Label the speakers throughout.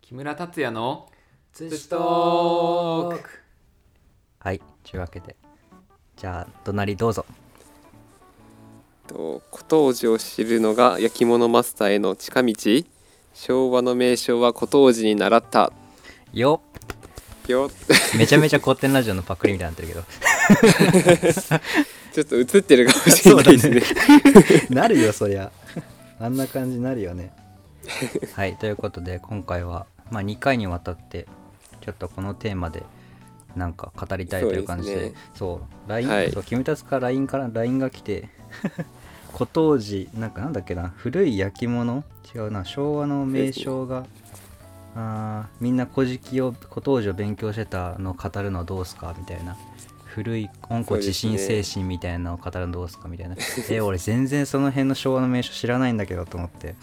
Speaker 1: 木村達也の
Speaker 2: ツ
Speaker 1: シトーク
Speaker 2: はいというわけでじゃあ隣どうぞ
Speaker 3: と古当時を知るのが焼き物マスターへの近道昭和の名称は古当時に習った
Speaker 2: よ
Speaker 3: よ
Speaker 2: っめちゃめちゃ古典ラジオのパクリみたいになってるけど
Speaker 3: ちょっと映ってるかもしれないですね
Speaker 2: なるよそりゃあんな感じになるよねはいということで今回は、まあ、2回にわたってちょっとこのテーマでなんか語りたいという感じで
Speaker 3: そう
Speaker 2: そう
Speaker 3: です
Speaker 2: LINE、
Speaker 3: ねはい
Speaker 2: そうキムタスから LINE から LINE が来て 古当時なんかなんだっけな古い焼き物違うな昭和の名称が、あーみんな古事記を古当時を勉強してたのを語るのはどうすかみたいな古い温故知新精神みたいなのを語るのどうすかみたいな、え俺全然その辺の昭和の名所知らないんだけどと思って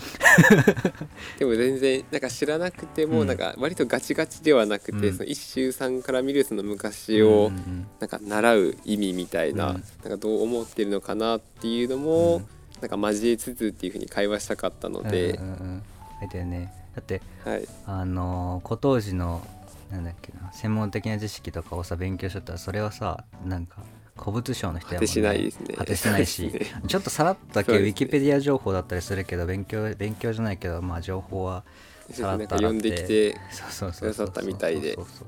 Speaker 3: でも全然なんか知らなくて
Speaker 2: う
Speaker 3: も
Speaker 2: ん
Speaker 3: なんか割とガチガチではなくて、
Speaker 2: うん
Speaker 3: その一周さんから見るその昔を
Speaker 2: うんうん
Speaker 3: なんか習う意味みたいな,、
Speaker 2: うん
Speaker 3: なんかどう思ってるのかなっていうの
Speaker 2: う
Speaker 3: も
Speaker 2: ん
Speaker 3: なんか交えつつっていうふうに会話したかったの
Speaker 2: うん
Speaker 3: で
Speaker 2: う、んうんあれだよねだって
Speaker 3: はい、
Speaker 2: あのー古当時のなんだっけな専門的な知識とかをさ勉強しとったらそれはさなんか古物商の人やもん、ね、
Speaker 3: 果てしないですね
Speaker 2: 果てしないし、
Speaker 3: そうです
Speaker 2: ちょっとさらっとだけ
Speaker 3: そ
Speaker 2: ウ
Speaker 3: うですね
Speaker 2: ィキペディア情報だったりするけど勉強勉強じゃないけどまあ情報はさらっ
Speaker 3: なん
Speaker 2: と
Speaker 3: か
Speaker 2: 洗
Speaker 3: 読んできて
Speaker 2: そうそう
Speaker 3: くださったみたいで
Speaker 2: そうそうそ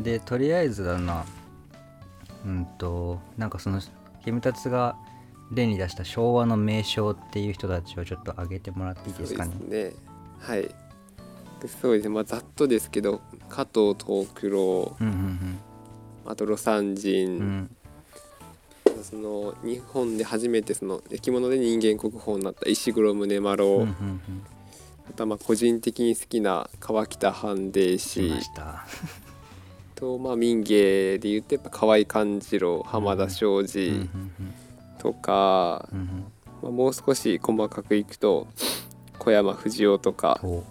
Speaker 2: うでとりあえずだなうんとなんかそのキムタツが例に出した昭和の名称っていう人たちをちょっと挙げてもらっていい
Speaker 3: そう
Speaker 2: で
Speaker 3: です
Speaker 2: かね
Speaker 3: ね。はい。でそうですね。まあざっとですけど、加藤藤九郎、
Speaker 2: うんうん
Speaker 3: あと魯山人、
Speaker 2: うんうん
Speaker 3: その日本で初めてその焼き物で人間国宝になった石黒宗丸、
Speaker 2: うんうんうん
Speaker 3: あとはまあ個人的に好きな川北半兵
Speaker 2: 来
Speaker 3: 衛氏
Speaker 2: ました
Speaker 3: とまあ民芸で言うとやっぱ河合勘次郎、浜田庄
Speaker 2: うん
Speaker 3: 司とか、
Speaker 2: うんうんうん
Speaker 3: まあもう少し細かくいくと小山藤夫とか、
Speaker 2: お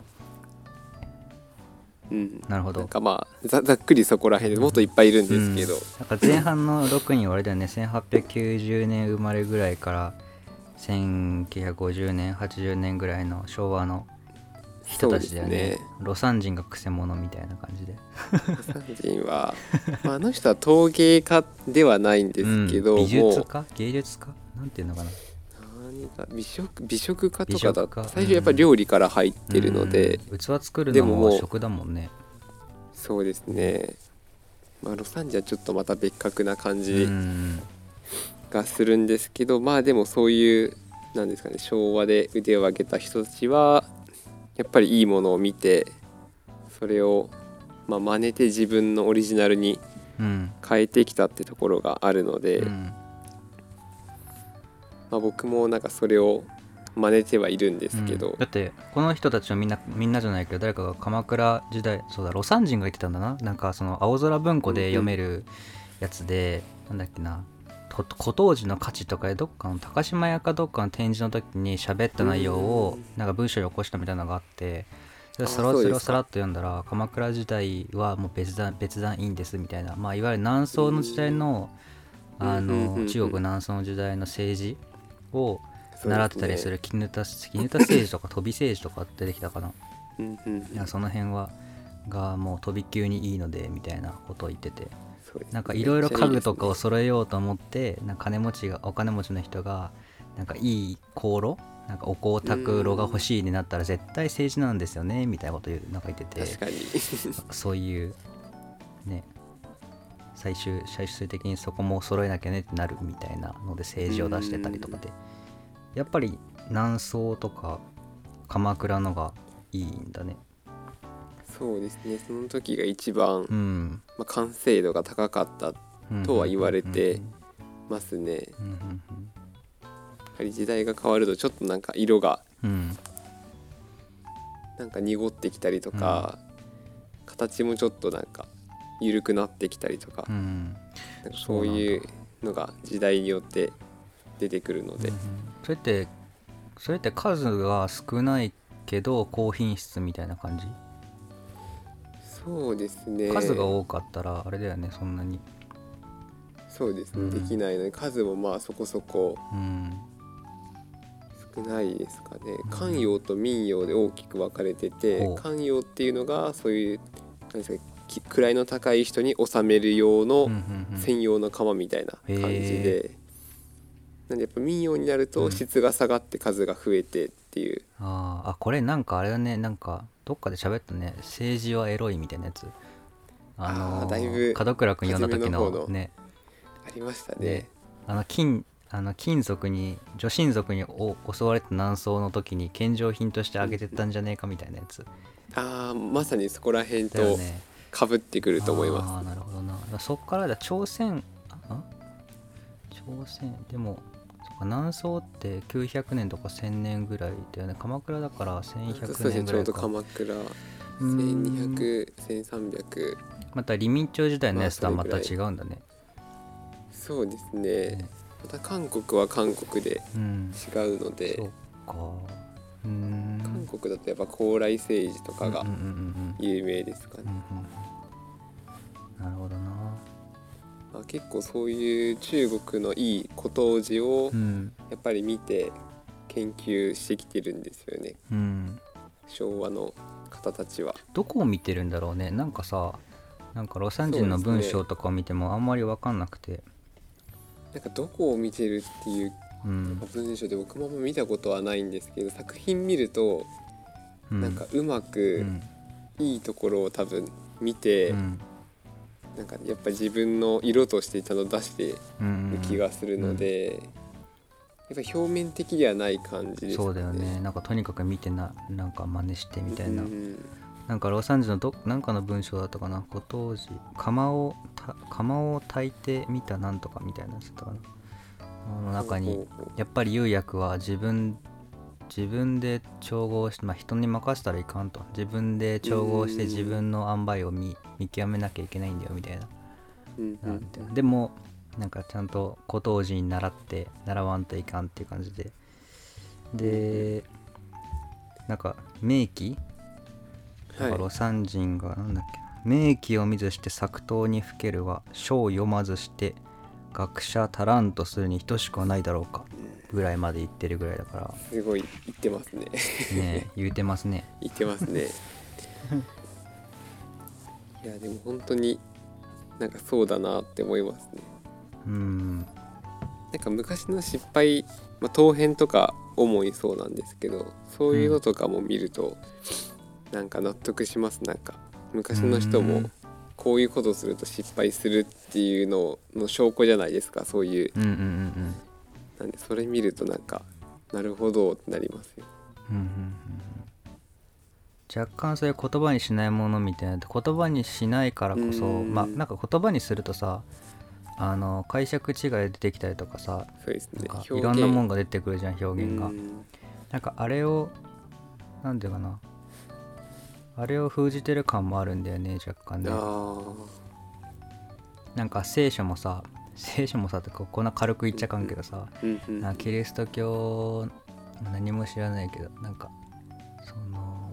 Speaker 3: うん、
Speaker 2: なるほど
Speaker 3: なんかまあざざっくりそこら辺でもっといっぱいいるん
Speaker 2: う
Speaker 3: ですけど、
Speaker 2: ん、なんか前半の6人はあれだよね1890年生まれぐらいから1950年80年ぐらいの昭和の人たちだよ
Speaker 3: そう
Speaker 2: ね
Speaker 3: ですね
Speaker 2: 魯山人がくせ者みたいな感じで
Speaker 3: 魯山人は、まあ、あの人は陶芸家ではないんですけど、
Speaker 2: うん、美
Speaker 3: も
Speaker 2: 術
Speaker 3: う
Speaker 2: 家芸術家なんていうのかな
Speaker 3: 何か美食美食家とかだ
Speaker 2: 美食家
Speaker 3: 最初やっぱ料理から入ってるので、
Speaker 2: うん器作る
Speaker 3: で
Speaker 2: の
Speaker 3: も
Speaker 2: も
Speaker 3: もう
Speaker 2: 食だもんね
Speaker 3: そうですねまあ魯山人はちょっとまた別格な感
Speaker 2: う
Speaker 3: じ
Speaker 2: ん
Speaker 3: がするんですけど、まあでもそういうなんですかね昭和で腕を上げた人たちはやっぱりいいものを見てそれをまあ真似て自分のオリジナルに
Speaker 2: うん
Speaker 3: 変えてきたってところがあるので、
Speaker 2: うん
Speaker 3: まあ、僕もなんかそれを真似てはいるんですけど、
Speaker 2: うんだってこの人たちはみんなみんなじゃないけど誰かが鎌倉時代そうだ魯山人が言ってたんだななんかその青空文庫で読めるやつで、なんだっけなと古当時の価値とかでどっかの高島屋かどっかの展示の時に喋った内容を
Speaker 3: うん
Speaker 2: なんか文章に起こしたみたいなのがあってそれ
Speaker 3: あ
Speaker 2: それを
Speaker 3: そう
Speaker 2: そ
Speaker 3: ですか
Speaker 2: れをさらっと読んだら鎌倉時代はもう別段別段いいんですみたいな、まあ、いわゆる南宋の時代の,、
Speaker 3: うん
Speaker 2: あ
Speaker 3: うんうんうんう
Speaker 2: の
Speaker 3: ん
Speaker 2: 中国南宋の時代の政治を
Speaker 3: そうですね
Speaker 2: 習ってたりする絹田絹田政治とか飛び政治とか出てきたかな
Speaker 3: うんうんうん
Speaker 2: いやその辺はがもう飛び級にいいのでみたいなことを言ってて
Speaker 3: そうです
Speaker 2: なんかいろいろ家具とかを
Speaker 3: めっち
Speaker 2: 揃えようと思ってなんか金持ちがお金持ちの人がなんかいい香炉なんかお香卓炉が欲しいになったら絶対政治なんですよねみたいなこと言うなんか言って
Speaker 3: ゃいい
Speaker 2: て
Speaker 3: ですね確か
Speaker 2: そういうね最終最終的にそこも揃えなきゃねってなるみたいなので政治を出してたりとかでやっぱり南宋とか鎌倉のがいいんだね
Speaker 3: にそうですねその時が一番、
Speaker 2: うん、
Speaker 3: まあ、完成度が高かった
Speaker 2: うん
Speaker 3: とは言われてますね
Speaker 2: うんうんうん
Speaker 3: やはり時代が変わるとちょっとなんか色が
Speaker 2: うん
Speaker 3: なんか濁ってきたりとか、形もちょっとなんか緩くなってきたりとか,、
Speaker 2: うんうん
Speaker 3: なんかそういうのが時代によって出てくるので、
Speaker 2: それってそれって数が少ないけど高品質みたいな感じ
Speaker 3: そうですね
Speaker 2: 数が多かったらあれだよねそんなに
Speaker 3: そうですね、
Speaker 2: うん
Speaker 3: できないので数もまあそこそこ
Speaker 2: うん
Speaker 3: 少ないですかね官謡と民謡で大きく分かれてて
Speaker 2: ほう
Speaker 3: 官謡っていうのがそういうなんですかき位の高い人に納める用の、
Speaker 2: うんうんうん
Speaker 3: 専用の釜みたいな感じ
Speaker 2: へ
Speaker 3: で、なんでやっぱ民謡になる
Speaker 2: う
Speaker 3: と
Speaker 2: ん
Speaker 3: 質が下がって数が増えてっていう、
Speaker 2: あーあこれなんかあれだねなんかどっかで喋ったね「政治はエロい」みたいなやつあのー
Speaker 3: あーだいぶ
Speaker 2: 門倉君読んだ時
Speaker 3: 初めの
Speaker 2: の
Speaker 3: 方の
Speaker 2: ね
Speaker 3: ありました
Speaker 2: で
Speaker 3: ね。
Speaker 2: あの金あの金属に女神族にお襲われた南宋の時に献上品としてあげてたんじゃねえかみたいなやつ
Speaker 3: ああまさにそこら辺
Speaker 2: だよ
Speaker 3: と
Speaker 2: ね
Speaker 3: 被ってくると思います。
Speaker 2: ああなるほどなだからそっからだ朝鮮あん朝鮮でもそっか南宋って900年とか1000年ぐらいだよね鎌倉だから
Speaker 3: そう
Speaker 2: 1100
Speaker 3: です
Speaker 2: 年
Speaker 3: ね
Speaker 2: ぐ
Speaker 3: ちょ
Speaker 2: ら
Speaker 3: う
Speaker 2: いか
Speaker 3: ど鎌倉
Speaker 2: うーん
Speaker 3: 12001300
Speaker 2: また李明朝時代のやつとは
Speaker 3: ま
Speaker 2: ま
Speaker 3: あ
Speaker 2: た
Speaker 3: そ
Speaker 2: 違
Speaker 3: れ
Speaker 2: うんだね
Speaker 3: そうですねまた韓国は韓国で
Speaker 2: うん
Speaker 3: 違うので
Speaker 2: そうかうーん
Speaker 3: 韓国だとやっぱ高麗政治とかが
Speaker 2: うんうんうんうん
Speaker 3: 有名ですかね。
Speaker 2: うんうんなるほどな
Speaker 3: まあ、結構そういう中国のいい古陶寺を
Speaker 2: うん
Speaker 3: やっぱり見て研究してきてるんですよね
Speaker 2: うん
Speaker 3: 昭和の方たちは
Speaker 2: どこを見てるんだろうねなんかさなんかロサンジェルの
Speaker 3: そうで
Speaker 2: 文
Speaker 3: すね
Speaker 2: 章とかを見てもあんまり分かんなくて
Speaker 3: なんかどこを見てるっていう
Speaker 2: うん
Speaker 3: 文章で僕もあんま見たことはないんですけど作品見ると
Speaker 2: うん
Speaker 3: なんかうま
Speaker 2: う
Speaker 3: く
Speaker 2: ん
Speaker 3: いいところを多分見て、
Speaker 2: うん
Speaker 3: なんかやっぱ自分の色としてちゃんと出して
Speaker 2: うん
Speaker 3: る気がするので、やっぱ表面的ではない感じですか
Speaker 2: そうだよねなんかとにかく見てななんか真似してみたいな、
Speaker 3: うん
Speaker 2: なんかロサンジェルのどなんかの文章だったかなご当時釜をた釜を炊いてみたなんとかみたいなやつだったかなあの中にやっぱり釉薬は自分自分で調合して、まあ、人に任せたらいかんと自分で調合して
Speaker 3: うん
Speaker 2: 自分の塩梅を見見極めなきゃいけないんだよみたいな,、
Speaker 3: うんうん
Speaker 2: なんていうのでもなんかちゃんと古当時に習って習わんといかんっていう感じででなんか名器なんか魯
Speaker 3: は
Speaker 2: 山人がなんだっけな名器を見ずして作刀にふけるは書を読まずして学者足らんとするに等しくはないだろうかぐらいまで言ってるぐらいだ か
Speaker 3: い、すごい言ってますね
Speaker 2: らね言うてますね
Speaker 3: 言ってます ねいやでも本当になんかそうだなって思いますね
Speaker 2: うん
Speaker 3: なんか昔の失敗、まあ、陶編とか主にそうなんですけどそういうのとかも見ると、なんか納得しますなんか昔の人
Speaker 2: う
Speaker 3: も
Speaker 2: ん
Speaker 3: こういうことすると失敗するっていうのの証拠じゃないですかそういう
Speaker 2: うんうんうん
Speaker 3: なんでそれ見るとなんかなるほどってなりますよ
Speaker 2: うんうんうんうん若干そういう言葉にしないものみたいな言葉にしないからこそ
Speaker 3: うん
Speaker 2: まあなんか言葉にするとさあの解釈違い出てきたりとかさ
Speaker 3: そうです
Speaker 2: なん
Speaker 3: ね
Speaker 2: か
Speaker 3: 表現
Speaker 2: いろんなもんが出てくるじゃん表現が
Speaker 3: う。ん
Speaker 2: なんかあれをなんていうかなあれを封じてる感もあるんだよね若干ね
Speaker 3: あ
Speaker 2: なんか聖書もさ聖書もさってここんな軽く言っちゃかんけどさ、
Speaker 3: ーうんうん
Speaker 2: なんかキリスト教何も知らないけどなんかその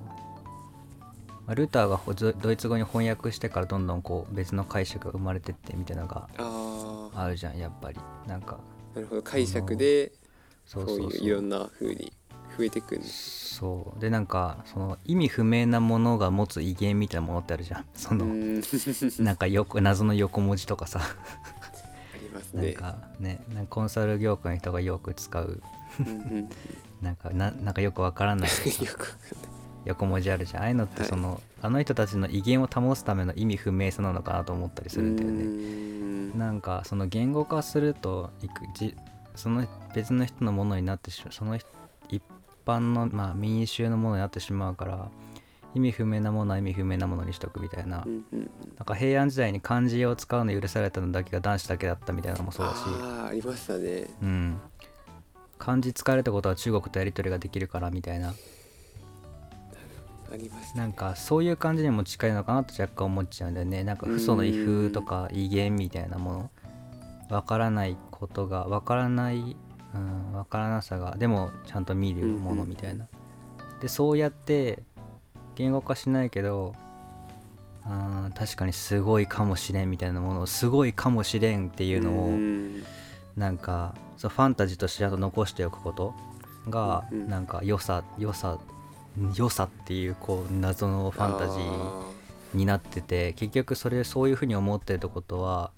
Speaker 2: まあルターがほずドイツ語に翻訳してからどんどんこう別の解釈が生まれてってみたいなのが
Speaker 3: ああ
Speaker 2: あるじゃんやっぱりなんか
Speaker 3: なるほど解釈で
Speaker 2: そ
Speaker 3: そう
Speaker 2: そうそう
Speaker 3: いういろんな風に増えてくんです
Speaker 2: そうでなんかその意味不明なものが持つ威厳みたいなものってあるじゃんその、
Speaker 3: うん
Speaker 2: なんかよく謎の横文字とかさ、
Speaker 3: あります
Speaker 2: なん
Speaker 3: ね
Speaker 2: かね、なんかコンサル業界の人がよく使う、
Speaker 3: うんうんよ
Speaker 2: なんかななんかよくわからない
Speaker 3: くわかんない
Speaker 2: 横文字あるじゃん。ああいうのって
Speaker 3: はい
Speaker 2: その、あの人たちの威厳を保つための意味不明さなのかなと思ったりするんだよ
Speaker 3: う
Speaker 2: ね。
Speaker 3: ん
Speaker 2: なんかその言語化するといくじその別の人のものになってしまうその人一般の、まあ、民衆のものになってしまうから意味不明なものは意味不明なものにしとくみたいな。
Speaker 3: うんうん
Speaker 2: なんか平安時代に漢字を使うの許されたのだけが男子だけだったみたいなのもそうだし、
Speaker 3: ああありましたね
Speaker 2: うん、漢字使えるってことは中国とやり取りができるからみたいな
Speaker 3: ありました
Speaker 2: なんかそういう感じにも近いのかなと若干思っちゃうんだよねなんか父祖の威風とか威厳みたいなものわからないことがわからない、うん、わからなさがでもちゃんと見るものみたいなでそうやって言語化しないけどうん確かにすごいかもしれんみたいなものをすごいかもしれんっていうのを
Speaker 3: ん
Speaker 2: なんかそうファンタジーとしてあと残しておくことが
Speaker 3: うんうん
Speaker 2: なんか良さ良さ良さっていうこう謎のファンタジーになってて結局それそういうふうに思ってるってことは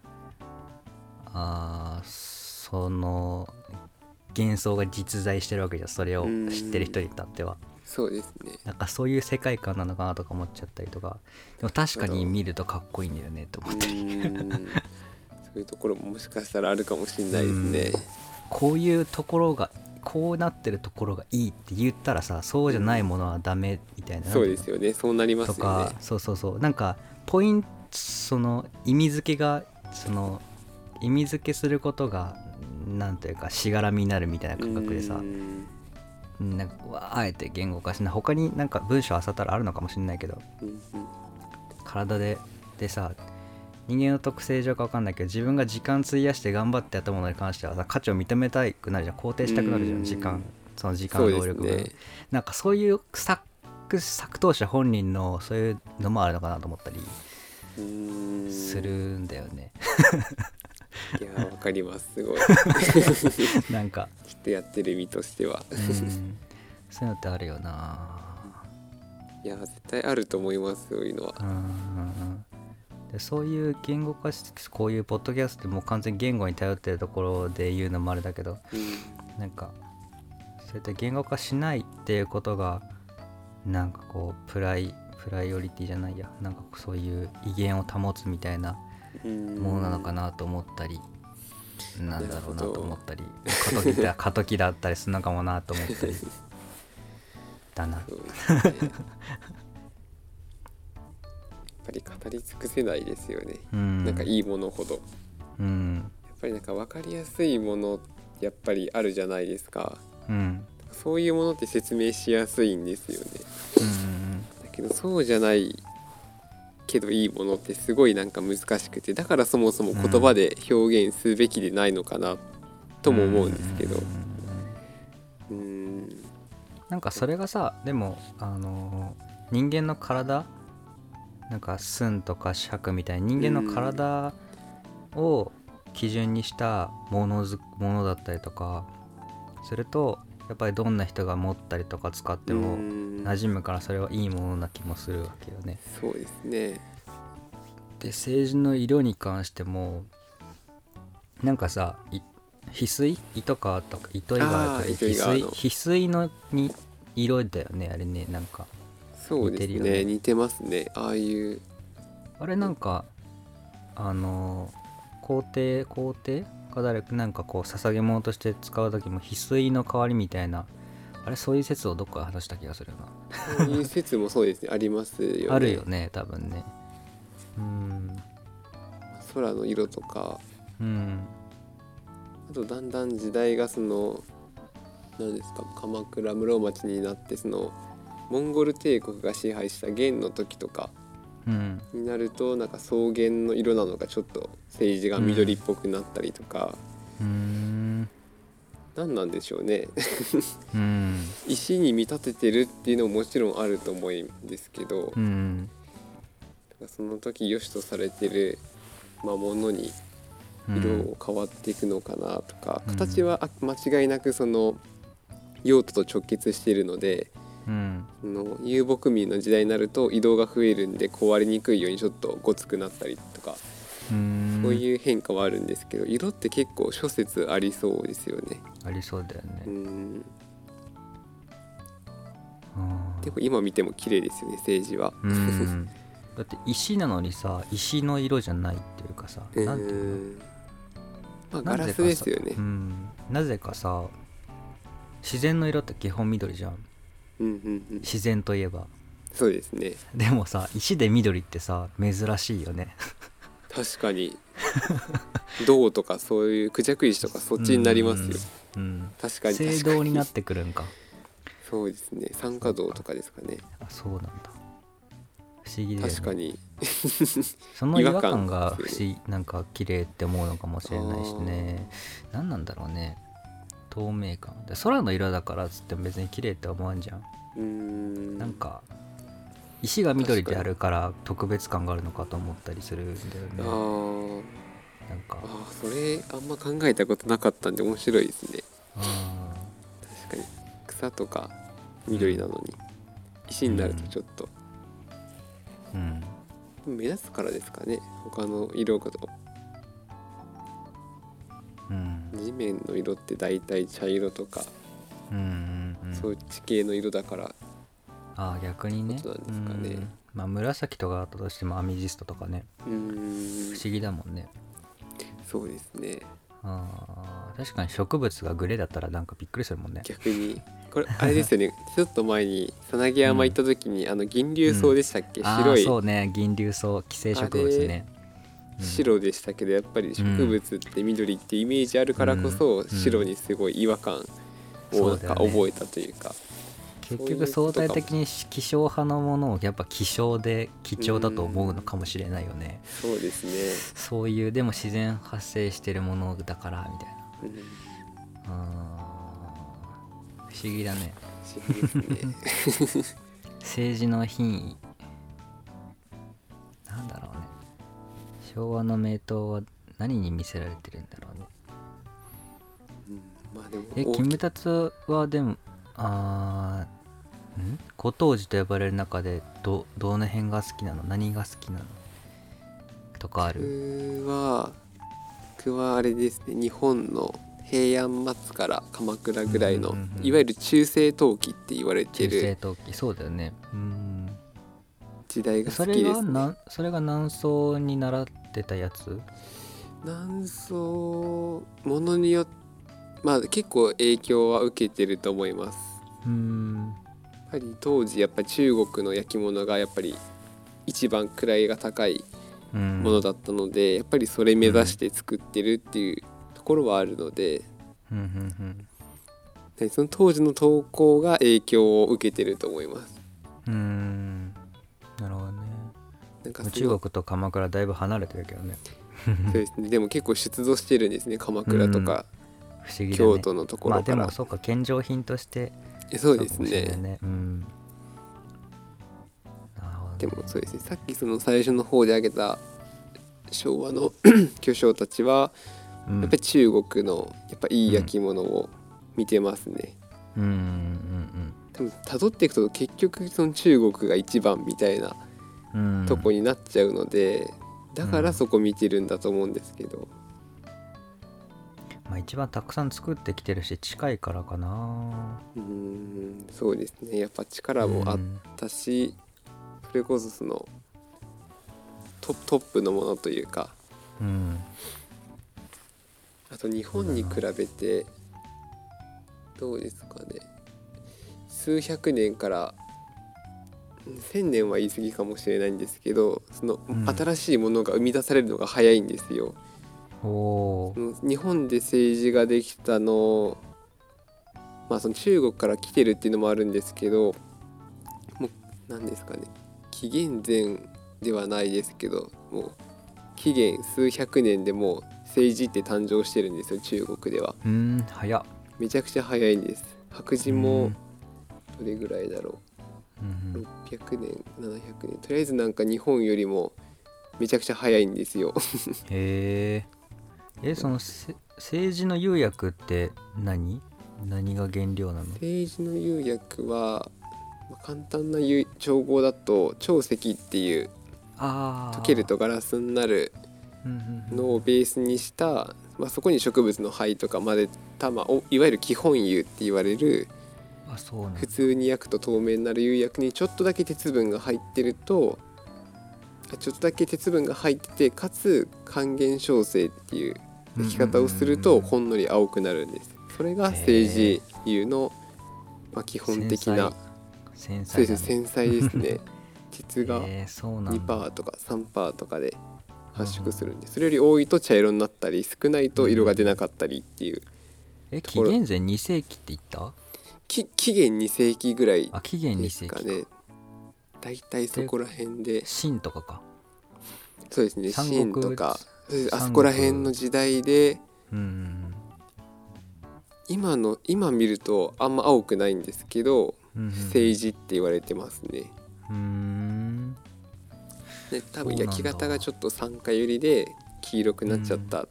Speaker 2: あーその幻想が実在してるわけじゃんそれを知ってる人に至っては
Speaker 3: そうですね
Speaker 2: なんかそういう世界観なのかなとか思っちゃったりとかでも確かに見るとかっこいいんだよねと 思って
Speaker 3: うーんそういうところももしかしたらあるかもしれないですね。
Speaker 2: こういうところがこうなってるところがいいって言ったらさそうじゃないものはダメみたいな
Speaker 3: そうですよね。そうなりま
Speaker 2: と
Speaker 3: すよ
Speaker 2: か
Speaker 3: ね。
Speaker 2: そうそうそうなんかポイントその意味付けがその意味付けすることがなんというかしがらみになるみたいな感覚で
Speaker 3: う
Speaker 2: さ
Speaker 3: ーん
Speaker 2: なんかわあえて言語化しない他になんか文章あさったらあるのかもしれないけど
Speaker 3: うん
Speaker 2: 体ででさ人間の特性上か分かんないけど自分が時間費やして頑張ってやったものに関してはさ価値を認めたくなるじゃん肯定したくなるじゃ
Speaker 3: うんん
Speaker 2: 時間その時間
Speaker 3: そうで
Speaker 2: 労
Speaker 3: す
Speaker 2: 力分、
Speaker 3: ね。
Speaker 2: なんかそういう作作当者本人のそういうのもあるのかなと思ったり
Speaker 3: うーん
Speaker 2: するんだよ ね、
Speaker 3: いやーわかります。す ごい。
Speaker 2: なんか、
Speaker 3: きっとやってる身としては。
Speaker 2: うん、そういうのってあるよない
Speaker 3: やー絶対あると思います。そういうのは
Speaker 2: う。んうんうんでそういう言語化しこういうポッドキャストってもう完全に言語に頼ってるところで言うのもあれだけど
Speaker 3: うん
Speaker 2: なんかそういった言語化しないっていうことがなんかこうプライプライオリティじゃないやなんかそういう威厳を保つみたいな
Speaker 3: うん
Speaker 2: ものなのかなと思ったり、なんだろうな
Speaker 3: なるほど
Speaker 2: と思ったり過渡期だ過渡期だったりするのかもなと思ったりだな
Speaker 3: そうですねやっぱり語り尽くせないですよね。
Speaker 2: うん
Speaker 3: なんかいいものほど。
Speaker 2: うん
Speaker 3: やっぱりなんか分かりやすいものやっぱりあるじゃないですか
Speaker 2: うんうん
Speaker 3: そういうものって説明しやすいんですよね
Speaker 2: うん
Speaker 3: だけどそうじゃないけどいいものってすごいなんか難しくてだからそもそも言葉で表現すべきでないのかなとも思うんですけど
Speaker 2: うんうんうん
Speaker 3: うん
Speaker 2: なんかそれがさでもあのー人間の体なんか寸とか尺みたいに人間の体を基準にしたものづものだったりとかするとやっぱりどんな人が持ったりとか使って
Speaker 3: う
Speaker 2: も
Speaker 3: ん
Speaker 2: 馴染むからそれはいいものな気もするわけよね。
Speaker 3: そうですね
Speaker 2: で政治の色に関してもなんかさい翡翠糸川とか糸魚川と
Speaker 3: あ
Speaker 2: か
Speaker 3: ー
Speaker 2: 翡
Speaker 3: 糸魚
Speaker 2: 翠
Speaker 3: 川の
Speaker 2: 翡翠のに色だよねあれねなんか
Speaker 3: そうです
Speaker 2: 似てるよ
Speaker 3: ね
Speaker 2: ね
Speaker 3: 似てますねああいう
Speaker 2: あれなんかあの皇帝皇帝が誰かなんかこう捧げ物として使う時も翡翠の代わりみたいなあれそういう説をどっかで話した気がするな
Speaker 3: そういう説もそうですねありますよね
Speaker 2: あるよね多分ねうん
Speaker 3: 空の色とか
Speaker 2: うん
Speaker 3: あとだんだん時代がその何ですか鎌倉室町になってそのモンゴル帝国が支配した元の時とか
Speaker 2: うん
Speaker 3: になるとなんか草原の色なのがちょっと政治が緑っぽくなったりとか、
Speaker 2: うーん
Speaker 3: 何なんでしょうね
Speaker 2: うん
Speaker 3: 石に見立ててるっていうのももちろんあると思うんですけど、
Speaker 2: うん
Speaker 3: なんかその時良しとされてる、まあ、ものに
Speaker 2: うん
Speaker 3: 色を変わっていくのかなとか、
Speaker 2: うん
Speaker 3: 形はあ間違いなくその用途と直結しているので。
Speaker 2: うん
Speaker 3: あの遊牧民の時代になると移動が増えるんで壊れにくいようにちょっとごつくなったりとか
Speaker 2: うん
Speaker 3: そういう変化はあるんですけど色って結構諸説ありそうですよね。
Speaker 2: ありそうだよ
Speaker 3: う
Speaker 2: ね
Speaker 3: ん
Speaker 2: うん
Speaker 3: でも今見ても綺麗ですよね政治は。
Speaker 2: うんだって石なのにさ石の色じゃないっていうかさ
Speaker 3: う
Speaker 2: なんていうの
Speaker 3: んまあガラスですよね
Speaker 2: う。んなぜかさ自然の色って基本緑じゃん
Speaker 3: うんうんうん、
Speaker 2: 自然といえば
Speaker 3: そうですね
Speaker 2: でもさ石で緑ってさ珍しいよね
Speaker 3: 確かに銅とかそういうクジャク石とかそっちになりますよ。
Speaker 2: うん
Speaker 3: 確かに
Speaker 2: 青
Speaker 3: 確か
Speaker 2: 銅に
Speaker 3: に
Speaker 2: なってくるんか
Speaker 3: そうですね酸化銅とかですかね
Speaker 2: あそうなんだ不思議だよね
Speaker 3: 確かに
Speaker 2: その違和感
Speaker 3: 違和
Speaker 2: が
Speaker 3: 感
Speaker 2: 不思議なんか綺麗って思うのかもしれないしね何なんだろうね透明感で空の色だからっつっても別に綺麗って思わんじゃん
Speaker 3: うん
Speaker 2: なんか石が緑であるから特別感があるのかと思ったりするんだ
Speaker 3: あ
Speaker 2: よね
Speaker 3: ー
Speaker 2: なんか
Speaker 3: あーそれあんま考えたことなかったんで面白いですね
Speaker 2: あ
Speaker 3: 確かに草とか緑なのに石になるとちょっと
Speaker 2: うん
Speaker 3: 目立つからですかね他の色かと
Speaker 2: うん
Speaker 3: 地面の色って大体茶色とか
Speaker 2: うんうんうん
Speaker 3: そっち系の色だから
Speaker 2: ああ逆にね
Speaker 3: そうなんですかね
Speaker 2: うんまあ紫とかあったとしてもアミジストとかね
Speaker 3: うー
Speaker 2: 不
Speaker 3: ん
Speaker 2: 思議だもんね
Speaker 3: そうですね
Speaker 2: あー確かに植物がグレーだったらなんかびっくりするもんね
Speaker 3: 逆にこれあれです よねちょっと前にさなぎ山行った時に、あの銀竜草でしたっけ、
Speaker 2: ああ
Speaker 3: 白
Speaker 2: ー
Speaker 3: い
Speaker 2: そうね銀流草寄生植物ねうん
Speaker 3: 白でしたけどやっぱり植物って緑ってイメージあるからこそ、
Speaker 2: うん
Speaker 3: 白にすごい違和感をなんか覚えたというか
Speaker 2: 結局相対的に希少派のものをやっぱ希少で貴重だと思うのかもしれないよね、
Speaker 3: そう,、です
Speaker 2: そういうでも自然発生してるものだからみたい
Speaker 3: ね、うん、不
Speaker 2: なうん不思議だね
Speaker 3: 思議です ね
Speaker 2: 政治の品位なんだろうね昭和の名刀は何に見せられてるんだろうね
Speaker 3: うんまあでも
Speaker 2: え
Speaker 3: 大き
Speaker 2: キムタツはでもあーん古藤寺と呼ばれる中でどどの辺が好きなの何が好きなのとかある
Speaker 3: 僕は僕はあれですね日本の平安末から鎌倉ぐらいの、
Speaker 2: うんうんうん
Speaker 3: いわゆる中世陶器って言われて
Speaker 2: 中世
Speaker 3: る
Speaker 2: 陶器そうだよねうん
Speaker 3: 時代が好
Speaker 2: そ
Speaker 3: き
Speaker 2: れ
Speaker 3: で
Speaker 2: が
Speaker 3: すね
Speaker 2: なそれが南宋に習ってたやつ
Speaker 3: 南宋ものによってまあ結構影響は受けてると思います
Speaker 2: うん
Speaker 3: やっぱり当時やっぱり中国の焼き物がやっぱり一番位が高い
Speaker 2: うん
Speaker 3: ものだったので、やっぱりそれ目指して作ってるっていうところはあるので、
Speaker 2: うんうん
Speaker 3: でその当時の投稿が影響を受けてると思います
Speaker 2: うんうんなるほどね
Speaker 3: なんかす
Speaker 2: 中
Speaker 3: ごい
Speaker 2: 国と鎌倉だいぶ離れてるけどね
Speaker 3: そうですねでも結構出土してるんですね鎌倉とか
Speaker 2: 不思議だね
Speaker 3: 京都のとこ
Speaker 2: まあ
Speaker 3: ろ
Speaker 2: で
Speaker 3: から、
Speaker 2: もそうか献上品として
Speaker 3: えそうですね
Speaker 2: かもしれないうんなるほどね
Speaker 3: でもそうですねさっきその最初の方で挙げた昭和の 巨匠たちは
Speaker 2: うん
Speaker 3: やっぱり中国のやっぱいい焼き物を見てますね、
Speaker 2: うんうんうん
Speaker 3: 多分辿っていくと結局その中国が一番みたいな
Speaker 2: うんうん
Speaker 3: とこになっちゃうので、だからそこ見てるんだと思うんですけど、
Speaker 2: まあ一番たくさん作ってきてるし近いからかな
Speaker 3: うーんそうですねやっぱ力もあったし、それこそそのトトップのものというか
Speaker 2: うん、うん
Speaker 3: あと日本に比べてどうですかね数百年からうん1000年は言い過ぎかもしれないんですけどその
Speaker 2: うん
Speaker 3: 新しいものが生み出されるのが早いんですよ。
Speaker 2: おおー
Speaker 3: その日本で政治ができたのまあその中国から来てるっていうのもあるんですけどもう何ですかね紀元前ではないですけどもう紀元数百年でもう政治って誕生してるんですよ中国では
Speaker 2: うん早っ
Speaker 3: めちゃくちゃ早いんです白人
Speaker 2: う
Speaker 3: も
Speaker 2: ん
Speaker 3: どれぐらいだろ
Speaker 2: うん
Speaker 3: う
Speaker 2: うん
Speaker 3: 600年700年とりあえずなんか日本よりもめちゃくちゃ早いんですよ
Speaker 2: へええそのせ政治の釉薬って何何が原料なの
Speaker 3: 政治の釉薬はまあ簡単な釉調合だと長石っていう
Speaker 2: ああ
Speaker 3: 溶けるとガラスになるのをベースにした、まあ、そこに植物の灰とか混ぜた、まあ、おいわゆる基本釉って言われる
Speaker 2: あそうなんだ
Speaker 3: 普通に焼くと透明になる釉薬にちょっとだけ鉄分が入ってるとあちょっとだけ鉄分が入っててかつ還元焼成っていう焼き方をする
Speaker 2: うん
Speaker 3: と
Speaker 2: うんうんうん
Speaker 3: ほんのり青くなるんです。それが政治釉の、まあ、基本的な
Speaker 2: 繊
Speaker 3: そ
Speaker 2: 細
Speaker 3: うですね
Speaker 2: だね
Speaker 3: 繊細で すね鉄が
Speaker 2: えーそうなんだ
Speaker 3: 2%とか3%とかで発色するんでそれより多いと茶色になったり少ないと色が出なかったりっていう
Speaker 2: え紀元前2世紀って言った
Speaker 3: き期限2世紀ぐらい
Speaker 2: あ紀元2
Speaker 3: で
Speaker 2: 世
Speaker 3: す
Speaker 2: 紀
Speaker 3: か
Speaker 2: か
Speaker 3: ね大体そこら辺で
Speaker 2: 秦とかか
Speaker 3: そうですね
Speaker 2: 三
Speaker 3: 秦
Speaker 2: 国
Speaker 3: とかそうです
Speaker 2: 三
Speaker 3: あ
Speaker 2: 国
Speaker 3: そこら辺の時代で
Speaker 2: うん
Speaker 3: 今の今見るとあんま青くないんですけど
Speaker 2: うんうん
Speaker 3: 政治って言われてますね
Speaker 2: うーん
Speaker 3: で多
Speaker 2: そ
Speaker 3: 分
Speaker 2: うなんだ
Speaker 3: 焼き方がちょっと酸化寄りで黄色くなっちゃったっ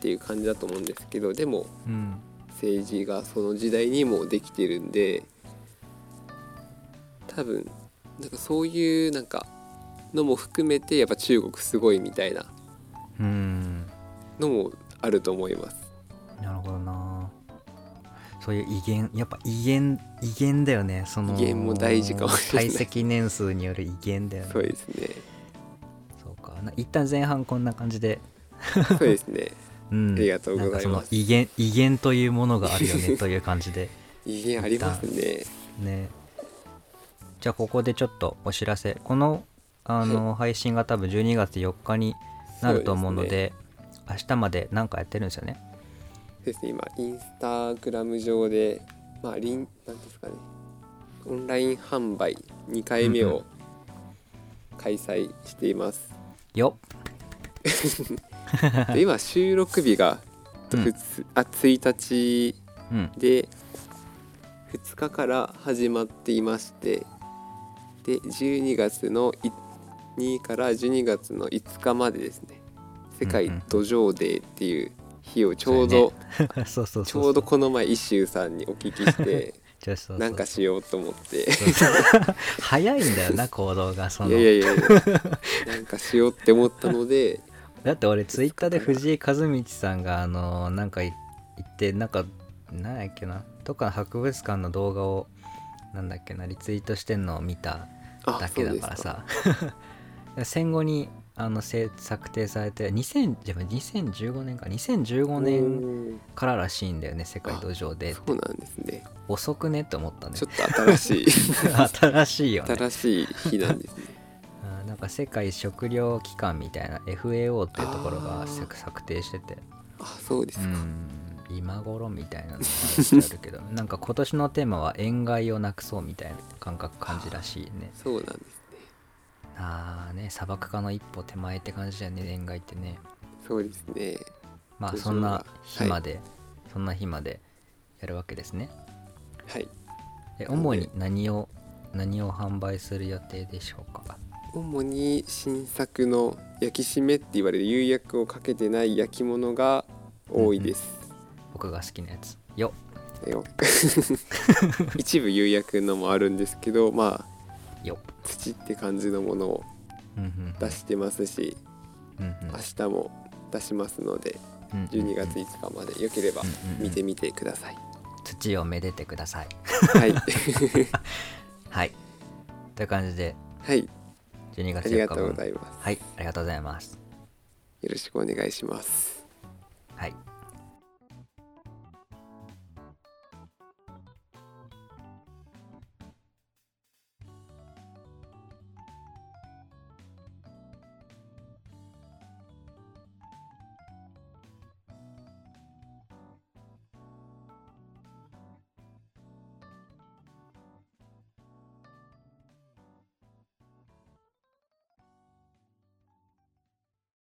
Speaker 3: ていう感じだと思うんですけどでも
Speaker 2: うん
Speaker 3: 政治がその時代にもうできてるんで多分なんかそういうなんかのも含めてやっぱ中国すごいみたいな
Speaker 2: うん
Speaker 3: のもあると思います。
Speaker 2: なるほどなそういう威厳やっぱ威厳威厳だよねその
Speaker 3: 威厳も大事かもしれない
Speaker 2: 堆積年数による威厳だよね
Speaker 3: そうですね。
Speaker 2: そうかな一旦前半こんな感じで
Speaker 3: そうですね。
Speaker 2: うん
Speaker 3: ありがとうございます
Speaker 2: なんかその威厳威厳というものがあるよ ねという感じで
Speaker 3: 威厳ありますね。
Speaker 2: ねじゃあここでちょっとお知らせこのあの配信が多分12月4日になると思うので明日まで何かやってるんですよね
Speaker 3: そうですね今インスタグラム上でまあリンなんですかねオンライン販売2回目
Speaker 2: うんう
Speaker 3: を開催しています、
Speaker 2: よっ
Speaker 3: で今収録日が
Speaker 2: うん
Speaker 3: ふつ、あ1日
Speaker 2: うん
Speaker 3: で2日から始まっていましてで12月のい2から12月の5日までですね世界
Speaker 2: うんうん
Speaker 3: 土壌デーっていう日をちょうど、
Speaker 2: そうそうそうそう
Speaker 3: ちょうどこの前一周さんにお聞きして
Speaker 2: ちょそうそう
Speaker 3: なんかしようと思って
Speaker 2: そうそう 早いんだよな行動がその
Speaker 3: いやいやいやいやなんかしようって思ったの で
Speaker 2: だって俺ツイッターで藤井和道さんがあのなんかい言ってなんかなんやっけなどっかの博物館の動画をなんだっけなリツイートしてんのを見た
Speaker 3: あ
Speaker 2: だけだからさ 戦後にあの制策定されて2000じゃあ2015年か2015
Speaker 3: そうですか
Speaker 2: 年かららしいんだよね世界土壌
Speaker 3: おー
Speaker 2: で
Speaker 3: そうなんですね
Speaker 2: 遅くねって思ったね
Speaker 3: ちょっ と新しい
Speaker 2: 新しいよね
Speaker 3: 新しい日なんですね
Speaker 2: あーなんか世界食糧機関みたいな FAO っていうところが
Speaker 3: あー
Speaker 2: 策定してて
Speaker 3: あそうです
Speaker 2: う
Speaker 3: か、
Speaker 2: ん今頃みたいなのがちょっとある けどなんか今年のテーマは塩害をなくそうみたいな感覚感じらしいね
Speaker 3: そうなんですね
Speaker 2: ああね砂漠化の一歩手前って感じだよね塩害ってね
Speaker 3: そうですね
Speaker 2: まあ
Speaker 3: そう
Speaker 2: そんな
Speaker 3: そ
Speaker 2: 日
Speaker 3: うだ
Speaker 2: まで、そんな日までやるわけですね
Speaker 3: はい
Speaker 2: え
Speaker 3: なんで
Speaker 2: 主に何を何を販売する予定でしょうか
Speaker 3: 主に新作の焼き締めって言われる釉薬をかけてない焼き物が多いです、
Speaker 2: 僕が好きなやつよ
Speaker 3: だよ 一部釉薬のもあるんですけどまあ
Speaker 2: よ
Speaker 3: 土って感じのものを
Speaker 2: うんうん
Speaker 3: 出してますし
Speaker 2: うんうん
Speaker 3: 明日も出しますので
Speaker 2: うんうん
Speaker 3: 12月5日までよければ
Speaker 2: うんうん
Speaker 3: 見てみてください。
Speaker 2: 土をめでてください
Speaker 3: はい、
Speaker 2: はいという感じで
Speaker 3: はい、
Speaker 2: 12
Speaker 3: あ
Speaker 2: 月
Speaker 3: り
Speaker 2: 4日
Speaker 3: がとうご
Speaker 2: 分
Speaker 3: ざいます。
Speaker 2: はいありがとうございます
Speaker 3: よろしくお願いします。
Speaker 2: はい